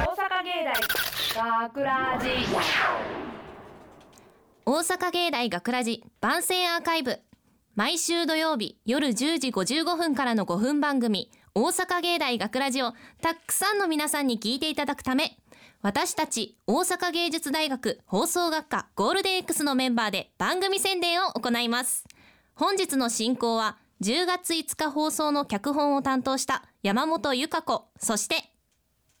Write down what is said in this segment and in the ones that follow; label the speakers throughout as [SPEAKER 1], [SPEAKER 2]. [SPEAKER 1] 芸大学ラジ
[SPEAKER 2] 大阪芸大学ラジ番宣アーカイブ毎週土曜日夜10時55分からの5分番組大阪芸大学ラジをたくさんの皆さんに聞いていただくため私たち大阪芸術大学放送学科ゴールデン X のメンバーで番組宣伝を行います本日の進行は10月5日放送の脚本を担当した山本由香子そして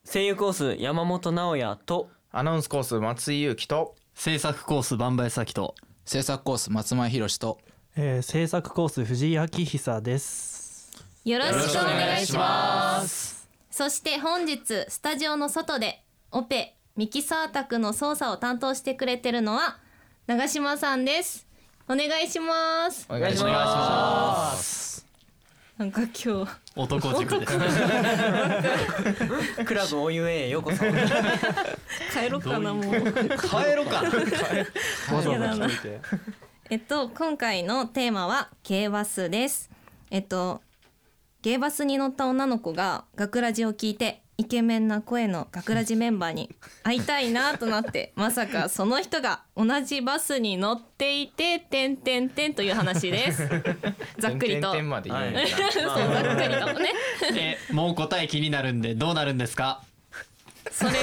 [SPEAKER 3] 声優コース山本直也と
[SPEAKER 4] アナウンスコース松井裕樹と
[SPEAKER 5] 制作コース万倍咲と
[SPEAKER 6] 制作コース松前宏と
[SPEAKER 7] えー、制作コース藤井明久です。
[SPEAKER 2] よろしくお願いします
[SPEAKER 5] ます
[SPEAKER 2] そして本日スタジオの外でオペミキサー宅の操作を担当してくれてるのは長島さんですお願いします
[SPEAKER 4] お願いし
[SPEAKER 3] お願いし
[SPEAKER 4] ま
[SPEAKER 2] なんか今日
[SPEAKER 5] 男塾です
[SPEAKER 3] クラブおゆえへようこそ
[SPEAKER 2] 帰ろうかなもう
[SPEAKER 5] 帰ろか
[SPEAKER 7] わざわ
[SPEAKER 2] やだな
[SPEAKER 7] ざ来といて。
[SPEAKER 2] えっと今回のテーマは軽バスですえっと軽バスに乗った女の子が学ラジを聞いてイケメンな声の学ラジメンバーに会いたいなとなってまさかその人が同じバスに乗っていててんてんてんという話ですざっくりと
[SPEAKER 4] 点々まで言うんだ
[SPEAKER 3] はい
[SPEAKER 2] そうざっくりとね
[SPEAKER 5] えもう答え気になるんでどうなるんですか
[SPEAKER 2] それは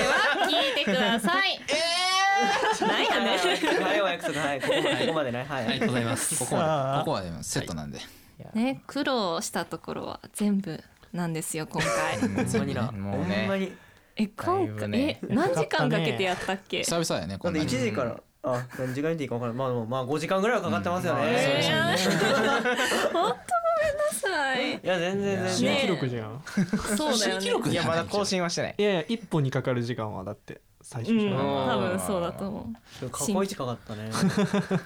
[SPEAKER 2] 聞いてくださいえないよね
[SPEAKER 3] はいお約束はいここまでここまでねは
[SPEAKER 5] あり
[SPEAKER 3] い
[SPEAKER 5] がとうございます
[SPEAKER 6] ここは
[SPEAKER 7] あー
[SPEAKER 6] ここはセットなんで、
[SPEAKER 2] ね苦労したところは全部なんですよ今回
[SPEAKER 4] うん
[SPEAKER 3] ほんまになほ
[SPEAKER 4] もうん
[SPEAKER 3] ま
[SPEAKER 4] ね
[SPEAKER 3] に
[SPEAKER 2] え今
[SPEAKER 4] だいぶ
[SPEAKER 2] 回、
[SPEAKER 4] ね
[SPEAKER 2] え何時間かけてやったっけ
[SPEAKER 6] 久々やね
[SPEAKER 3] な
[SPEAKER 6] こ
[SPEAKER 3] ん
[SPEAKER 6] ん
[SPEAKER 3] で
[SPEAKER 6] な
[SPEAKER 3] 1
[SPEAKER 6] に
[SPEAKER 3] 時からあ何時間見ていいか分からないまあでもまあ5時間ぐらいはかかってますよ
[SPEAKER 4] うんまあそう
[SPEAKER 3] ね
[SPEAKER 4] ですね
[SPEAKER 2] さい
[SPEAKER 3] いや全然全
[SPEAKER 7] 新
[SPEAKER 3] 然
[SPEAKER 7] 記録じゃん。
[SPEAKER 2] そうだよね
[SPEAKER 4] いやまだ更新はしてない
[SPEAKER 7] いやいや一本にかかる時間はだって最初
[SPEAKER 2] う
[SPEAKER 7] じゃ
[SPEAKER 2] ん
[SPEAKER 7] ない
[SPEAKER 2] 多分そうだと思
[SPEAKER 3] 過去一かかったね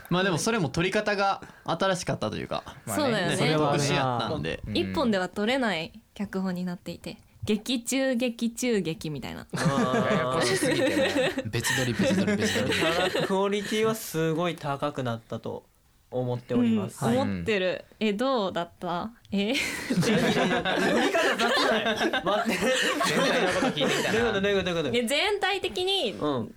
[SPEAKER 5] まあでもそれも取り方が新しかったというか
[SPEAKER 2] う、そうだよね
[SPEAKER 5] そ
[SPEAKER 7] それ
[SPEAKER 5] れ
[SPEAKER 7] は
[SPEAKER 5] 特
[SPEAKER 7] ね
[SPEAKER 5] 殊やったんで
[SPEAKER 2] 一本では撮れない脚本になっていて劇中劇中劇みたいな
[SPEAKER 4] ややこしすぎ てね
[SPEAKER 6] 別撮り別撮り別撮り
[SPEAKER 3] ただクオリティはすごい高くなったと思っておりま
[SPEAKER 2] う
[SPEAKER 3] す、
[SPEAKER 2] ん
[SPEAKER 3] はい
[SPEAKER 2] 思ってるえどうだったえ
[SPEAKER 3] 振り方雑ない待って
[SPEAKER 4] 全体のこと聞いてきた
[SPEAKER 3] どういう ことど
[SPEAKER 4] な
[SPEAKER 3] ういうことどういう
[SPEAKER 2] え全体的に
[SPEAKER 3] こと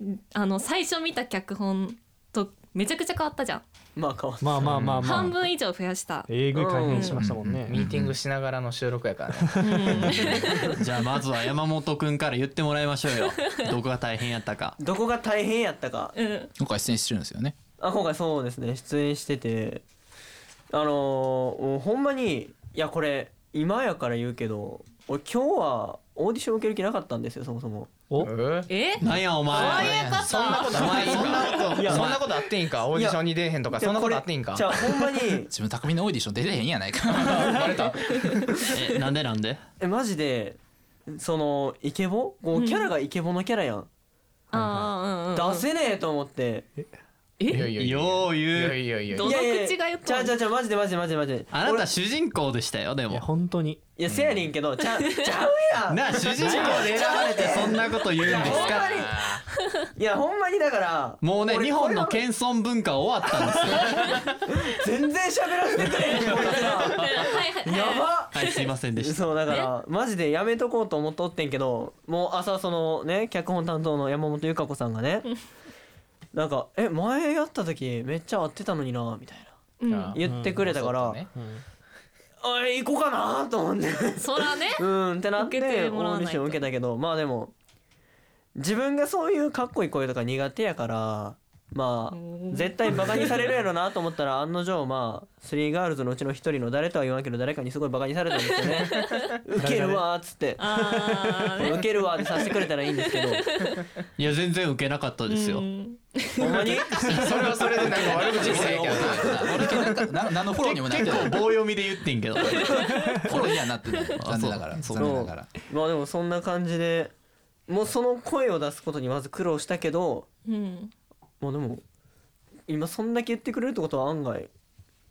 [SPEAKER 3] うん
[SPEAKER 2] あの最初見た脚本とめちゃくちゃ変わったじゃん、
[SPEAKER 3] まあ変わった
[SPEAKER 7] まあまあまあまあ。
[SPEAKER 2] 半分以上増やした、
[SPEAKER 7] えぐい改変しましたもんね。
[SPEAKER 4] ミーティングしながらの収録やからね
[SPEAKER 5] じゃあまずは山本くんから言ってもらいましょう よどこが大変やったか
[SPEAKER 3] どこが大変やったか
[SPEAKER 2] うんうん
[SPEAKER 6] 今回出演してるんですよね
[SPEAKER 3] あ今回そうですね出演しててあのーもうほんまにいやこれ今やから言うけど俺今日はオーディション受ける気なかったんですよそもそも
[SPEAKER 7] お
[SPEAKER 4] うん
[SPEAKER 2] え
[SPEAKER 5] なんやお前
[SPEAKER 2] よかった
[SPEAKER 4] そんなことあっていいんかそんなことあっていいんかオーディションに出えへんとかそんなことあっていいんか
[SPEAKER 3] じゃあほん まに
[SPEAKER 6] 自分匠のオーディション出てへんやないかバレた
[SPEAKER 5] えなんでなんで
[SPEAKER 3] えマジでそのイケボこうキャラがイケボのキャラやん、
[SPEAKER 2] ああうんうん
[SPEAKER 3] 出せねえと思って
[SPEAKER 4] いやいやいや
[SPEAKER 5] よう
[SPEAKER 4] いや
[SPEAKER 5] 言う
[SPEAKER 4] いやいや
[SPEAKER 2] どうどの口が言った
[SPEAKER 3] ち
[SPEAKER 2] の
[SPEAKER 3] ゃうちゃうちゃうマジでマジでマジでマジで
[SPEAKER 5] あな
[SPEAKER 3] 俺
[SPEAKER 5] た主人公でしたよで
[SPEAKER 7] いや
[SPEAKER 5] も
[SPEAKER 7] 本当に。
[SPEAKER 3] いやせやねんけどち ゃうちゃうやん
[SPEAKER 5] なあ主人公で選ばれてそんなこと言うんですか
[SPEAKER 3] いやほんまにだから
[SPEAKER 5] もうね
[SPEAKER 3] 俺
[SPEAKER 5] 日本の謙遜文化終わったんですよ
[SPEAKER 3] 全然喋らせてくれ へんこいつら
[SPEAKER 2] はいはいはい
[SPEAKER 3] やば
[SPEAKER 5] はいすいませんでした
[SPEAKER 3] そうだからマジでやめとこうと思っとってんけどもう朝そのね脚本担当の山本由香子さんがねなんか「え前やった時めっちゃ合ってたのにな」みたいな
[SPEAKER 2] うん
[SPEAKER 3] 言ってくれたから
[SPEAKER 4] うん
[SPEAKER 7] うん
[SPEAKER 3] 「おい行こうかな」と 思って
[SPEAKER 2] そらね
[SPEAKER 3] うんってなってオ
[SPEAKER 2] 受けてもらわ
[SPEAKER 3] ー
[SPEAKER 2] な
[SPEAKER 3] デ
[SPEAKER 2] い
[SPEAKER 3] ィ
[SPEAKER 2] と
[SPEAKER 3] ション受けたけどまあでも自分がそういうかっこいい声とか苦手やからまあ絶対バカにされるやろなと思ったら案の定まあスリーガールズのうちの一人の誰とは言わんけど誰かにすごいバカにされたんです よね。受けるわーっつって
[SPEAKER 2] あ
[SPEAKER 3] 受けるわでさせてくれたらいいんですけど
[SPEAKER 5] いや全然受けなかったですよ、
[SPEAKER 3] ほんまに
[SPEAKER 4] それはそれでなんか悪口言ってんけどな
[SPEAKER 6] 俺なんかな何のフォローにもなって
[SPEAKER 5] 結
[SPEAKER 6] な
[SPEAKER 5] 構
[SPEAKER 6] い
[SPEAKER 5] 棒読みで言ってんけど
[SPEAKER 6] フォローにはなってない残念ながら
[SPEAKER 5] そ
[SPEAKER 6] 残
[SPEAKER 5] う
[SPEAKER 6] 念ながら
[SPEAKER 3] まあでもそんな感じでもうその声を出すことにまず苦労したけど
[SPEAKER 2] うん
[SPEAKER 3] まあでも今そんだけ言ってくれるってことは案外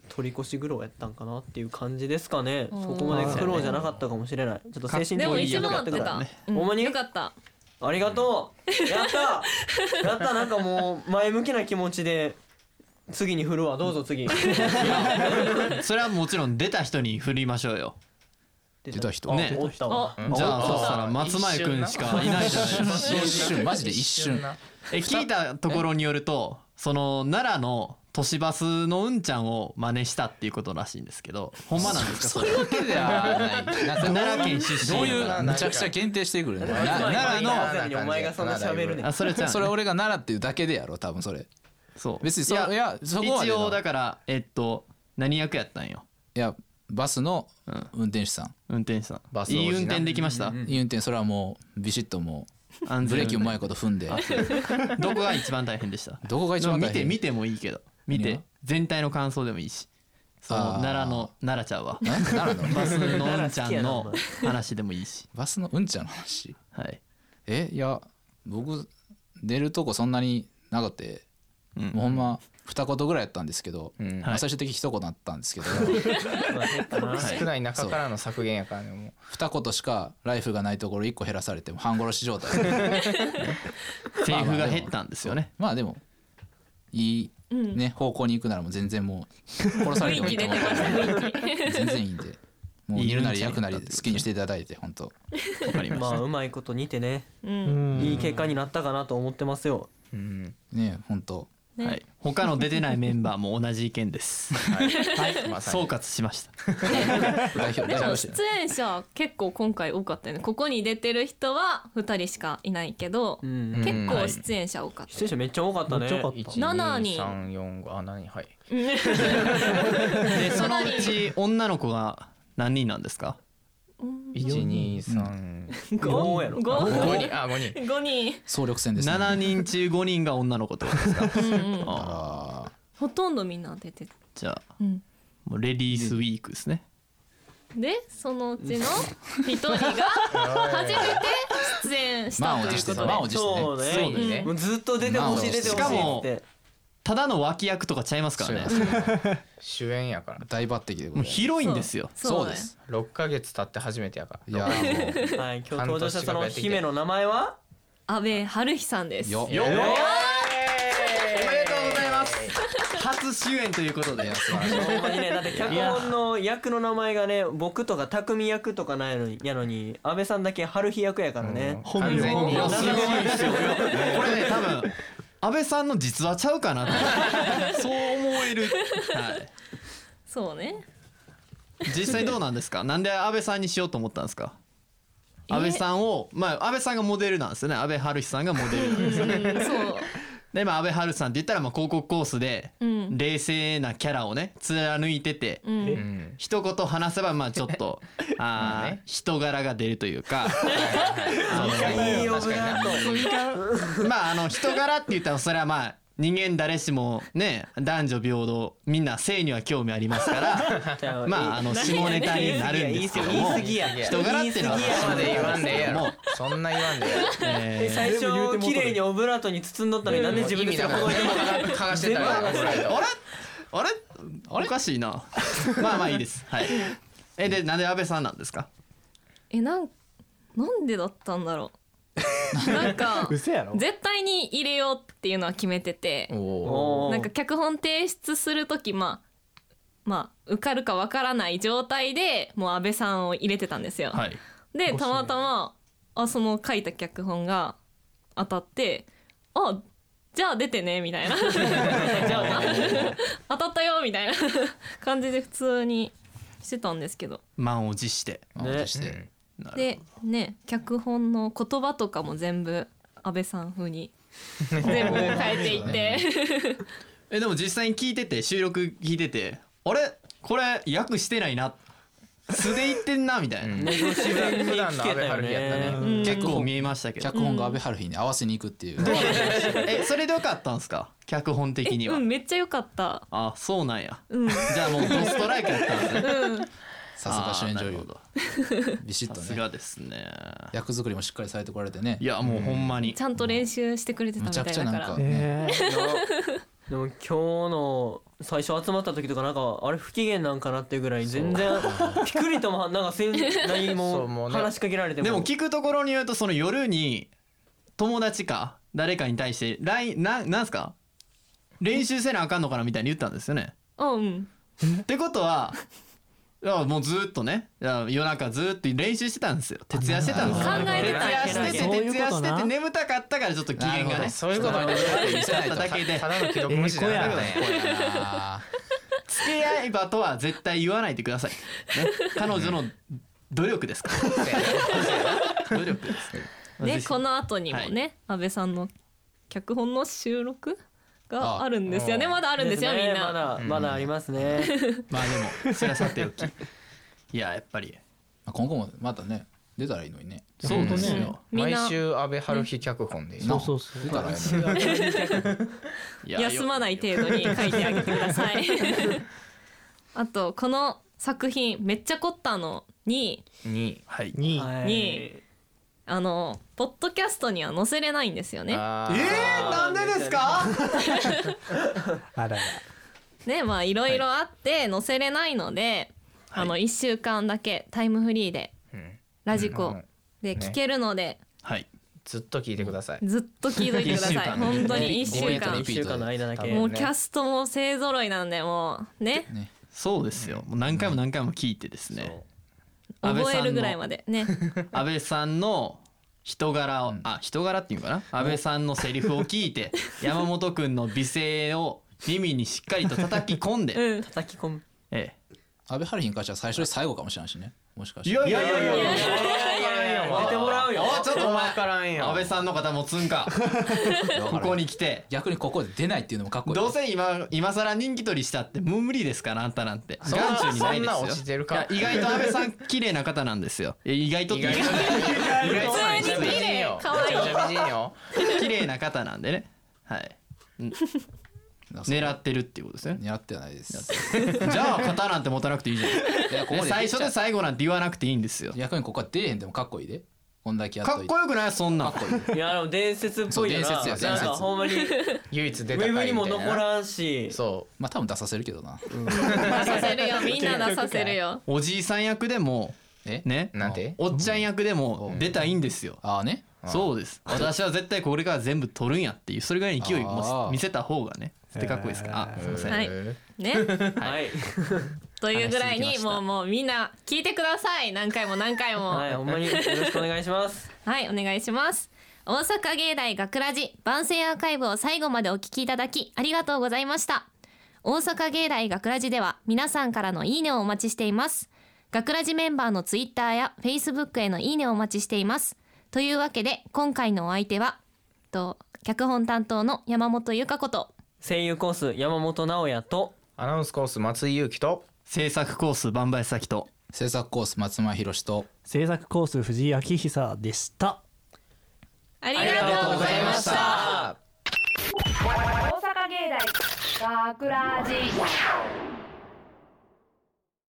[SPEAKER 3] 取り越し苦労やったんかなっていう感じですかね
[SPEAKER 2] うん
[SPEAKER 3] そこまで苦労じゃなかったかもしれないちょっと精神的
[SPEAKER 2] でも
[SPEAKER 3] に
[SPEAKER 2] 一
[SPEAKER 3] 良
[SPEAKER 2] 番
[SPEAKER 3] か
[SPEAKER 2] 合
[SPEAKER 3] っ
[SPEAKER 2] って
[SPEAKER 3] たか
[SPEAKER 2] た
[SPEAKER 3] ら。
[SPEAKER 2] うん
[SPEAKER 3] ほんまに
[SPEAKER 2] よかった。
[SPEAKER 3] ありがとうやったやったなんかもう前向きな気持ちで次に振るわどうぞ次
[SPEAKER 5] それはもちろん出た人に振りましょうよ
[SPEAKER 3] 出
[SPEAKER 6] 出た人
[SPEAKER 3] あ
[SPEAKER 5] ね
[SPEAKER 3] おったわ
[SPEAKER 5] じゃあそしたら松前くんしかいないじゃないですか
[SPEAKER 6] 一瞬マジで一瞬
[SPEAKER 5] え聞いたところによるとその奈良の都市バスのうんちゃんを真似したっていうことらしいんですけどほんまなんですかそれ
[SPEAKER 6] わけではないなんか
[SPEAKER 5] 奈良県出
[SPEAKER 6] どう
[SPEAKER 5] 身
[SPEAKER 6] い
[SPEAKER 5] やから
[SPEAKER 6] うむちゃくちゃ限定してく るねな奈
[SPEAKER 3] な
[SPEAKER 6] 良
[SPEAKER 3] ぜにお前がそんな喋るねん
[SPEAKER 5] あそれじゃ
[SPEAKER 6] の
[SPEAKER 5] ん
[SPEAKER 6] それ俺が奈良っていうだけでやろ多分それ
[SPEAKER 5] そう
[SPEAKER 6] 別にそい
[SPEAKER 5] いや
[SPEAKER 6] やそこまで
[SPEAKER 5] 一
[SPEAKER 6] の
[SPEAKER 5] 応だからえっと何役やったんよ
[SPEAKER 6] いやバスの運転手さん
[SPEAKER 5] 運転手さ
[SPEAKER 4] バス王子
[SPEAKER 5] ん
[SPEAKER 4] ない
[SPEAKER 5] い運転できました
[SPEAKER 6] 運転それはもうビシッともう
[SPEAKER 5] 安
[SPEAKER 6] ブレーキをう
[SPEAKER 5] 全
[SPEAKER 6] まいこと踏んで
[SPEAKER 5] どこが一番大変でした
[SPEAKER 6] どこが一番大
[SPEAKER 5] でも見
[SPEAKER 6] 変
[SPEAKER 5] て見てもいいけど見
[SPEAKER 6] 何
[SPEAKER 5] て
[SPEAKER 6] が
[SPEAKER 5] 全体の感想でもいいしその
[SPEAKER 6] あー
[SPEAKER 5] 奈良の奈良ちゃんは
[SPEAKER 6] なん奈良の
[SPEAKER 5] バスのうんちゃん
[SPEAKER 3] 奈良好
[SPEAKER 5] の
[SPEAKER 3] き
[SPEAKER 5] 話でもいいし
[SPEAKER 6] バスのうんちゃんの話
[SPEAKER 5] はい
[SPEAKER 6] えいや僕寝るとこそんなになかって、もうほんま二言ぐらいやったんですけど、
[SPEAKER 4] ん
[SPEAKER 6] まあ最終的に一言だったんですけ ど、
[SPEAKER 4] 少ない中からの削減やからねもう
[SPEAKER 6] 二言しかライフがないところ一個減らされてもう半殺し状 態
[SPEAKER 5] セリフが減ったんですよね
[SPEAKER 6] まあでもいい、ね方向に行くならもう全然もう殺されてもいいと思う全然いいんでもう
[SPEAKER 5] いい
[SPEAKER 6] 煮るなり焼くなり
[SPEAKER 5] いい運
[SPEAKER 6] 好きにしていただいて本当
[SPEAKER 5] わかりま
[SPEAKER 3] ま
[SPEAKER 5] した
[SPEAKER 3] あうまいこと似てね
[SPEAKER 7] うん
[SPEAKER 3] いい結果になったかなと思ってますよ
[SPEAKER 4] うん
[SPEAKER 6] ね本当
[SPEAKER 2] ね
[SPEAKER 5] はい、他の出てないメンバーも同じ意見です。
[SPEAKER 4] はいまさ
[SPEAKER 5] 総
[SPEAKER 4] に
[SPEAKER 5] 括しました。
[SPEAKER 6] 代表代
[SPEAKER 2] でも
[SPEAKER 6] 表
[SPEAKER 2] 出
[SPEAKER 6] して
[SPEAKER 2] 演者結構今回多かったよねここに出てる人は2人しかいないけど、
[SPEAKER 3] うん
[SPEAKER 2] 結構出演者多かった、
[SPEAKER 3] 出演者めっちゃ多かったね
[SPEAKER 7] めっちゃ多かった
[SPEAKER 4] 一
[SPEAKER 2] 7人
[SPEAKER 4] 二三四五あ何はい
[SPEAKER 5] で、そのうち女の子が何人なんですか。
[SPEAKER 4] 一二三
[SPEAKER 3] 五やろ
[SPEAKER 4] 五
[SPEAKER 2] 5
[SPEAKER 4] 人あ五人
[SPEAKER 2] 人、
[SPEAKER 6] 総力戦ですね
[SPEAKER 5] 七人中五人が女の子ってことですか。
[SPEAKER 2] うんうん、
[SPEAKER 5] あー
[SPEAKER 6] あ
[SPEAKER 2] ほとんどみんな出てた
[SPEAKER 5] じゃあ、
[SPEAKER 2] うん
[SPEAKER 5] もうレディースウィークですね。
[SPEAKER 2] でそのうちの一人が初めて出演し
[SPEAKER 6] ー満
[SPEAKER 2] たと
[SPEAKER 6] を持
[SPEAKER 2] いう
[SPEAKER 6] して
[SPEAKER 2] ことで
[SPEAKER 3] そうね
[SPEAKER 4] そう
[SPEAKER 6] ね満を持してね
[SPEAKER 4] ね
[SPEAKER 3] もうずっと出てほしい出てほしいって
[SPEAKER 5] しかもただの脇役とかちゃいますからね。
[SPEAKER 4] 主演やから
[SPEAKER 6] 大抜擢でござ
[SPEAKER 5] も
[SPEAKER 6] いうます
[SPEAKER 5] 広いんですよ。
[SPEAKER 2] そう
[SPEAKER 6] そうです
[SPEAKER 4] 六ヶ月経って初めてやから
[SPEAKER 6] いやーもう
[SPEAKER 3] はい今日登場したその姫の名前 は
[SPEAKER 2] 安倍晴日さんです
[SPEAKER 6] よ
[SPEAKER 4] お
[SPEAKER 6] い
[SPEAKER 4] めで
[SPEAKER 6] や
[SPEAKER 4] とうございます
[SPEAKER 5] 初主演ということで。
[SPEAKER 6] 素晴らしい
[SPEAKER 3] ほんまにねだって脚本の役の名前がね僕とか匠役とかないのにやのに安倍さんだけ春日役やからね
[SPEAKER 4] 完全に
[SPEAKER 5] いやすごいですよ。これね、多分。安倍さんの実はちゃうかなって。 そう思える。はい。
[SPEAKER 2] そうね
[SPEAKER 5] 実際どうなんですかなんで安倍さんにしようと思ったんですか
[SPEAKER 2] え
[SPEAKER 5] 安倍さんをまあ安倍さんがモデルなんですよね安倍晴日さんがモデルなんですよ
[SPEAKER 2] うんそう
[SPEAKER 5] でまあ安倍晴日さんって言ったらまあ広告コースで
[SPEAKER 2] うん
[SPEAKER 5] 冷静なキャラをね貫いてて
[SPEAKER 2] うん
[SPEAKER 4] うん
[SPEAKER 5] 一言話せばまあちょっ とあー人柄が出るという かあの
[SPEAKER 3] いいオブラート
[SPEAKER 5] まああの人柄って言ったらそれはまあ人間誰しもね男女平等みんな性には興味ありますから
[SPEAKER 3] じ ゃ
[SPEAKER 5] まああの下ネタになるんですけども
[SPEAKER 3] 言い過ぎや言い過ぎ
[SPEAKER 5] 人
[SPEAKER 3] や
[SPEAKER 5] 柄っていうのは
[SPEAKER 3] 言い過ぎや
[SPEAKER 4] そんな言わんでええや
[SPEAKER 5] も
[SPEAKER 4] ろ
[SPEAKER 5] う
[SPEAKER 4] そんな言わんでえ
[SPEAKER 5] えー
[SPEAKER 3] 最初綺麗にオブラートに包んどったのになんで自分でそれほどいてんのかな
[SPEAKER 4] えやろかがしてたら怒られたわ
[SPEAKER 5] あれあれおかしいなまあまあいいですはいえでなんで安倍さんなんですか
[SPEAKER 2] えなんなんでだったんだろうなんか
[SPEAKER 7] 嘘やろ
[SPEAKER 2] 絶対に入れようっていうのは決めてて
[SPEAKER 3] おー
[SPEAKER 2] なんか脚本提出する時まあまあ受かるかわからない状態でもう安倍さんを入れてたんですよ。
[SPEAKER 5] はい
[SPEAKER 2] でたまたまあその書いた脚本が当たってあじゃあ出てねみた いな当たったよみたいな感じで普通にしてたんですけど
[SPEAKER 5] 満を持して
[SPEAKER 6] 満を持して
[SPEAKER 2] でね脚本の言葉とかも全部安倍さん風 に全部変えていって
[SPEAKER 5] えでも実際に聞いてて収録聞いててあれこれ訳してないな素で言ってんなみたいな、
[SPEAKER 3] 自然に
[SPEAKER 4] 普段の
[SPEAKER 3] 聞けたよ
[SPEAKER 4] 安倍晴日やったね
[SPEAKER 3] ね
[SPEAKER 5] 結構見えましたけど
[SPEAKER 6] 脚本が安倍晴日に合わせに行くっていう
[SPEAKER 5] えそれでよかったんですか脚本的には、
[SPEAKER 2] うんめっちゃ良かった
[SPEAKER 5] あそうなんや
[SPEAKER 2] うん
[SPEAKER 5] じゃあもうドストライクやったんですね
[SPEAKER 6] さすが主演女
[SPEAKER 5] あーなるほ
[SPEAKER 6] 優
[SPEAKER 5] ど
[SPEAKER 6] ビシッと
[SPEAKER 5] さす
[SPEAKER 6] ね
[SPEAKER 5] がですね
[SPEAKER 6] 役作りもしっかりされてこられてね
[SPEAKER 5] いやもうほんまに
[SPEAKER 2] ちゃんと練習してくれてた
[SPEAKER 6] む
[SPEAKER 2] み
[SPEAKER 6] ちゃ
[SPEAKER 2] た
[SPEAKER 6] く
[SPEAKER 2] い
[SPEAKER 6] ちゃ
[SPEAKER 2] だ
[SPEAKER 6] な
[SPEAKER 2] か
[SPEAKER 6] ん
[SPEAKER 2] ら
[SPEAKER 6] かね
[SPEAKER 7] えー
[SPEAKER 3] でも今日の最初集まった時とかなんかあれ不機嫌なんかなっていうぐらい全然ピクリともなんかせん何
[SPEAKER 4] そうも
[SPEAKER 3] も
[SPEAKER 4] うね
[SPEAKER 3] 話しかけられても
[SPEAKER 5] でも聞くところによるとその夜に友達か誰かに対して「LINE なんなんすか練習せなあかんのかな」みたいに言ったんですよね。
[SPEAKER 2] あうん
[SPEAKER 5] ってことはいやもうずっとねいや夜中ずっと練習してたんですよ徹夜してたんですよ
[SPEAKER 2] 考えてた
[SPEAKER 5] 徹夜してて
[SPEAKER 7] そういう
[SPEAKER 5] 徹夜
[SPEAKER 7] こと
[SPEAKER 5] して
[SPEAKER 7] な
[SPEAKER 5] て眠たかったからちょっと機嫌がね
[SPEAKER 4] そういうことね
[SPEAKER 6] 見せないと
[SPEAKER 5] だけで
[SPEAKER 4] ただの既読無視じゃなくて
[SPEAKER 6] あ
[SPEAKER 5] 付き合い場とは絶対言わないでください、ね、彼女の努力ですから努力です
[SPEAKER 2] ね、
[SPEAKER 5] ぜひ
[SPEAKER 2] この後にもね、安倍さんの脚本の収録があるんですよね
[SPEAKER 4] あ
[SPEAKER 2] まだあ
[SPEAKER 3] あ
[SPEAKER 2] るんですよみんな、
[SPEAKER 3] まだまだありますね。
[SPEAKER 5] まあでもそれはさておきいややっぱり
[SPEAKER 6] ー今後もまたね出たらいいのにね
[SPEAKER 5] そうですよ、
[SPEAKER 2] みん
[SPEAKER 4] 毎
[SPEAKER 2] な
[SPEAKER 4] 週安倍春日脚本で
[SPEAKER 6] な
[SPEAKER 7] そうそうそう
[SPEAKER 6] 出たらい いのに
[SPEAKER 5] いや
[SPEAKER 2] 休まない程度に書いてあげてください あとこの作品めっちゃ凝ったのに
[SPEAKER 4] に
[SPEAKER 5] はい
[SPEAKER 7] に
[SPEAKER 3] はい
[SPEAKER 2] にあのポッドキャストには載せれないんですよね
[SPEAKER 4] あ
[SPEAKER 5] え
[SPEAKER 4] ー
[SPEAKER 5] ー、なんでですか
[SPEAKER 7] あらら
[SPEAKER 2] ねまあいろいろあって載せれないので、あの1週間だけタイムフリーで
[SPEAKER 4] うん
[SPEAKER 2] ラジコ
[SPEAKER 4] うん
[SPEAKER 2] で
[SPEAKER 4] ね
[SPEAKER 2] 聞けるので、
[SPEAKER 5] はい
[SPEAKER 4] ずっと聞いてください
[SPEAKER 2] ずっと聞いといてくださ
[SPEAKER 5] 一週
[SPEAKER 2] い
[SPEAKER 5] 間
[SPEAKER 2] 本当に1
[SPEAKER 6] ごめ
[SPEAKER 2] 週
[SPEAKER 6] んなさ
[SPEAKER 2] 間
[SPEAKER 6] い
[SPEAKER 3] 一週間の間だけ。
[SPEAKER 2] もう
[SPEAKER 4] ね
[SPEAKER 2] キャストも勢ぞろいなんでもうね
[SPEAKER 6] ね
[SPEAKER 5] そうですよもう何回も何回も聞いてですね安倍
[SPEAKER 2] 覚
[SPEAKER 5] さ
[SPEAKER 2] え
[SPEAKER 5] んの
[SPEAKER 2] るぐらいまでね
[SPEAKER 5] 安倍さんの人柄を、
[SPEAKER 6] うん
[SPEAKER 5] あ人柄っていうのかな安倍さんのセリフを聞いて 山本くんの美声を耳にしっかりと叩き込んで、
[SPEAKER 2] うん
[SPEAKER 3] 叩き込む。
[SPEAKER 5] え
[SPEAKER 6] 安倍晴日に関しては最初で最後かもしれないしねもしかして
[SPEAKER 5] いやいやいやいや
[SPEAKER 3] 出てもらうよ。
[SPEAKER 5] おいちょっとお前
[SPEAKER 4] 分からんよ
[SPEAKER 5] 安倍さんの方もつんかここに来て
[SPEAKER 6] 逆にここで出ないっていうのもかっこいい
[SPEAKER 5] どうせ今今更人気取りしたってもう無理ですからあんたなんて
[SPEAKER 4] そんな
[SPEAKER 5] 眼中にないですよ
[SPEAKER 4] そんな落ちてるか
[SPEAKER 5] いや意外と安倍さん綺麗な方なんですよいや意外とって言う
[SPEAKER 2] 普通に綺麗可愛い
[SPEAKER 4] めちゃめちゃ美人よ
[SPEAKER 5] 綺麗な方なんでねはい狙ってるっていうことです ね
[SPEAKER 6] 狙ってはないです
[SPEAKER 5] じゃあ型なんて持たなくていいじゃん
[SPEAKER 6] いやここで
[SPEAKER 5] 最初で最後なんて言わなくていいんですよ
[SPEAKER 6] 逆にここは出えへんでもかっこいいでこんだけやっ
[SPEAKER 5] か
[SPEAKER 6] と
[SPEAKER 5] っ
[SPEAKER 6] いて
[SPEAKER 5] こよくないそんなん
[SPEAKER 6] かっこいい
[SPEAKER 3] いやでも伝説っぽいよな。
[SPEAKER 6] そう伝説よ
[SPEAKER 3] なんか
[SPEAKER 6] 伝説
[SPEAKER 3] ほんまにウ
[SPEAKER 4] 唯一出た
[SPEAKER 3] ェブ
[SPEAKER 4] 回
[SPEAKER 3] に
[SPEAKER 4] み
[SPEAKER 3] も
[SPEAKER 4] たいな
[SPEAKER 3] 残らんし。
[SPEAKER 4] そ
[SPEAKER 6] まあ多分出させるけどな
[SPEAKER 2] 出させるよみんな出させる よ
[SPEAKER 5] おじいさん役でも
[SPEAKER 6] え
[SPEAKER 5] ね
[SPEAKER 4] うなんて
[SPEAKER 5] おっちゃん役でも出たいんですよ
[SPEAKER 6] ああね
[SPEAKER 5] そうです私は絶対これから全部取るんやっていうそれぐらいの勢い
[SPEAKER 6] あ
[SPEAKER 5] も
[SPEAKER 6] ー
[SPEAKER 5] 見せた方がね絶対かっこいいですからあすいません
[SPEAKER 2] はいね
[SPEAKER 3] はい。
[SPEAKER 2] というぐらい
[SPEAKER 5] 話して
[SPEAKER 2] に
[SPEAKER 5] きました
[SPEAKER 2] もうもうみんな聞いてください何回も何回も
[SPEAKER 3] はい、ほんまによろしくお願いします。
[SPEAKER 2] はい、お願いします。大阪芸大学ラジ番宣アーカイブを最後までお聞きいただきありがとうございました。大阪芸大学ラジでは皆さんからのいいねをお待ちしています。学ラジメンバーのツイッターやフェイスブックへのいいねをお待ちしています。というわけで今回のお相手は、と脚本担当の山本由香子と
[SPEAKER 3] 声優コース山本直也と。
[SPEAKER 4] アナウンスコース松井裕樹と
[SPEAKER 5] 制作コース万倍先と
[SPEAKER 6] 制作コース松前宏と
[SPEAKER 7] 制作コース藤井明久でした
[SPEAKER 2] ありが
[SPEAKER 4] とうございました
[SPEAKER 1] 大阪芸大学ラジ